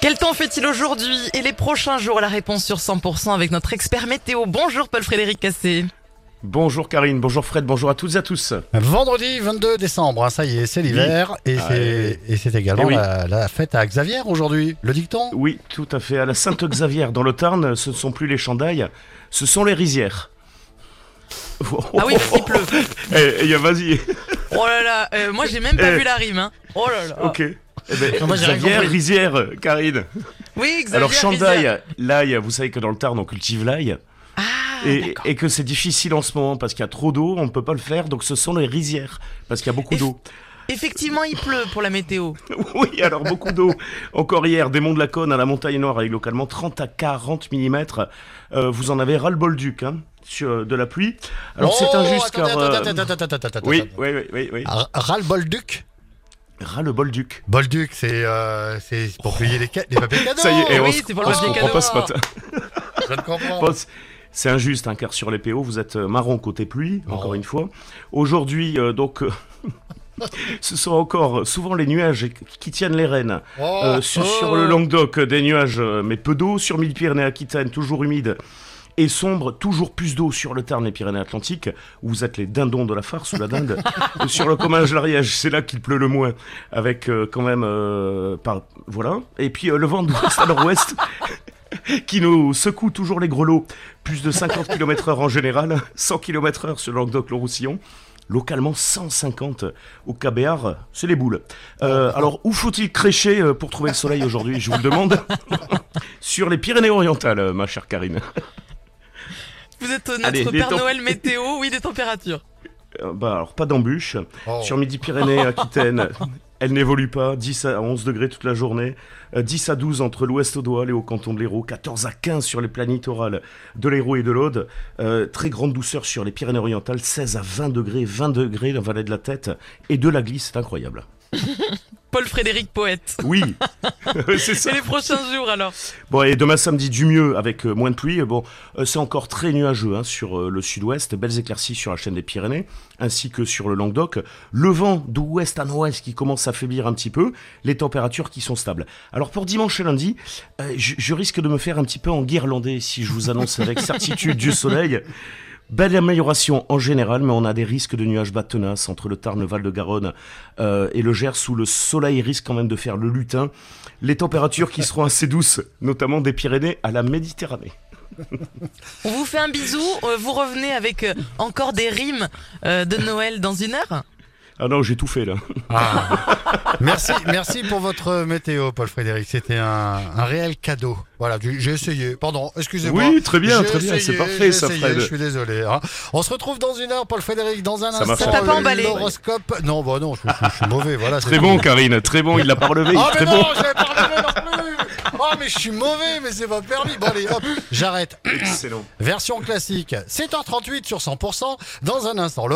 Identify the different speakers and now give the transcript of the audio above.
Speaker 1: Quel temps fait-il aujourd'hui et les prochains jours La réponse sur 100% avec notre expert météo. Bonjour Paul-Frédéric Cassé.
Speaker 2: Bonjour Karine, bonjour Fred, bonjour à toutes et à tous.
Speaker 3: Vendredi 22 décembre, hein, ça y est, c'est l'hiver et
Speaker 2: Ah
Speaker 3: c'est- et c'est également
Speaker 2: Eh oui.
Speaker 3: la, la fête à Xavier aujourd'hui. Le dicton
Speaker 2: Oui, tout à fait. À la Sainte-Xavier, dans le Tarn, ce ne sont plus les chandails, ce sont les rizières.
Speaker 1: Ah oui, parce qu'il pleut.
Speaker 2: Eh, eh, y a- vas-y.
Speaker 1: Oh là là, euh, moi j'ai même pas
Speaker 2: Eh.
Speaker 1: vu la rime. hein. Oh là là.
Speaker 2: Ok. Eh ben,
Speaker 1: Non, moi, j'ai rien
Speaker 2: Xavier,
Speaker 1: compris.
Speaker 2: rizière, Karine.
Speaker 1: Oui, Xavier.
Speaker 2: Alors,
Speaker 1: Rizière.
Speaker 2: chandail, l'ail, vous savez que dans le Tarn, on cultive l'ail.
Speaker 1: Ah,
Speaker 2: et,
Speaker 1: d'accord.
Speaker 2: et que c'est difficile en ce moment parce qu'il y a trop d'eau, on ne peut pas le faire, donc ce sont les rizières parce qu'il y a beaucoup
Speaker 1: Et-
Speaker 2: d'eau.
Speaker 1: Effectivement, il pleut pour la météo.
Speaker 2: Oui, alors beaucoup d'eau. Encore hier, des monts de la Cône à la montagne noire avec localement 30 à 40 mm. vous en avez ras-le-bol duc, hein, sur, de la pluie. Alors c'est
Speaker 3: Oh,
Speaker 2: injuste
Speaker 3: attendez,
Speaker 2: car...
Speaker 3: attendez,
Speaker 2: euh,
Speaker 3: attendez, attendez, attendez, attendez, Ah.
Speaker 2: Oui,
Speaker 3: attendez.
Speaker 2: oui, oui, oui, oui.
Speaker 3: Ah, Ras-le-bol duc
Speaker 2: Ras-le-bol duc.
Speaker 3: Bolduc, c'est euh, c'est pour payer les, ca- les papiers cadeaux.
Speaker 2: Oh. Ça y est, eh,
Speaker 1: oui,
Speaker 2: on,
Speaker 1: c'est
Speaker 2: se,
Speaker 1: pour le
Speaker 2: on se
Speaker 1: papier
Speaker 2: comprend pas
Speaker 1: cadeau.
Speaker 2: ce matin.
Speaker 3: je ne comprends
Speaker 2: Bon, c'est- C'est injuste, hein, car sur les PO, vous êtes euh, marron côté pluie, encore
Speaker 3: Oh.
Speaker 2: une fois. Aujourd'hui, euh, donc, euh, ce sont encore euh, souvent les nuages qui tiennent les rênes.
Speaker 3: Oh,
Speaker 2: Euh, sur,
Speaker 3: oh.
Speaker 2: sur le Languedoc, euh, des nuages, euh, mais peu d'eau. Sur Mille-Pyrénées, Aquitaine, toujours humide et sombre. Toujours plus d'eau sur le Tarn et Pyrénées-Atlantiques, où vous êtes les dindons de la farce ou la dinde. Euh, sur le Comminges, l'Ariège, c'est là qu'il pleut le moins, avec euh, quand même, euh, par- voilà. Et puis euh, le vent d'ouest à nord-ouest. Qui nous secoue toujours les grelots. Plus de 50 km heure en général, 100 km heure sur le Languedoc-Roussillon, localement 150 au Cabéar, c'est les boules. Euh, alors, où faut-il crécher euh, pour trouver le soleil aujourd'hui Je vous le demande. Sur les Pyrénées-Orientales, euh, ma chère Karine.
Speaker 1: Vous êtes notre
Speaker 2: Allez, les
Speaker 1: Père
Speaker 2: temps-
Speaker 1: Noël météo, oui, des températures.
Speaker 2: Euh, bah, alors, pas d'embûches.
Speaker 3: Oh.
Speaker 2: Sur Midi-Pyrénées, Aquitaine, elle n'évolue pas. 10 à 11 degrés toute la journée. Euh, 10 à 12 entre l'ouest Doil et au canton de l'Hérault. 14 à 15 sur les plaines littorales de l'Hérault et de l'Aude. Euh, très grande douceur sur les Pyrénées-Orientales. 16 à 20 degrés, 20 degrés la vallée de la Tête et de la Glisse. C'est incroyable.
Speaker 1: Paul-Frédéric Poète.
Speaker 2: Oui, c'est ça.
Speaker 1: C'est les prochains jours alors.
Speaker 2: Bon, et demain samedi, du mieux avec euh, moins de pluie. Bon, euh, c'est encore très nuageux hein, sur euh, le sud-ouest, belles éclaircies sur la chaîne des Pyrénées, ainsi que sur le Languedoc. Le vent d'ouest à nord-ouest qui commence à faiblir un petit peu, les températures qui sont stables. Alors pour dimanche et lundi, euh, je, je risque de me faire un petit peu en guirlandais si je vous annonce avec certitude du soleil. Belle amélioration en général, mais on a des risques de nuages bas tenaces entre le Tarn, le Val-de-Garonne euh, et le Gers, où le soleil risque quand même de faire le lutin. Les températures qui seront assez douces, notamment des Pyrénées à la Méditerranée.
Speaker 1: On vous fait un bisou, euh, vous revenez avec euh, encore des rimes euh, de Noël dans une heure.
Speaker 2: Ah non, j'ai tout fait là.
Speaker 3: Ah. Merci, merci pour votre météo, Paul Frédéric. C'était un, un réel cadeau. Voilà, du- j'ai essayé. Pardon, excusez-moi.
Speaker 2: Oui, très bien,
Speaker 3: J'ai
Speaker 2: très bien,
Speaker 3: essayé,
Speaker 2: c'est parfait,
Speaker 3: j'ai
Speaker 2: ça,
Speaker 3: essayé,
Speaker 2: Fred.
Speaker 3: Je suis désolé. hein. On se retrouve dans une heure, Paul Frédéric, dans un
Speaker 2: Ça marche.
Speaker 3: instant. Euh,
Speaker 1: Ça t'a pas emballé.
Speaker 3: L'horoscope. Non, bah non, je, je- je suis mauvais. Voilà. c'est
Speaker 2: Très
Speaker 3: tout.
Speaker 2: bon, Karine, très bon, il l'a pas relevé, il est
Speaker 3: Ah mais
Speaker 2: très
Speaker 3: non,
Speaker 2: bon.
Speaker 3: j'avais pas relevé non plus. Oh mais je suis mauvais, mais c'est pas permis. Bon allez, hop, j'arrête.
Speaker 2: Excellent.
Speaker 3: Version classique. 7h38 sur 100%. Dans un instant, le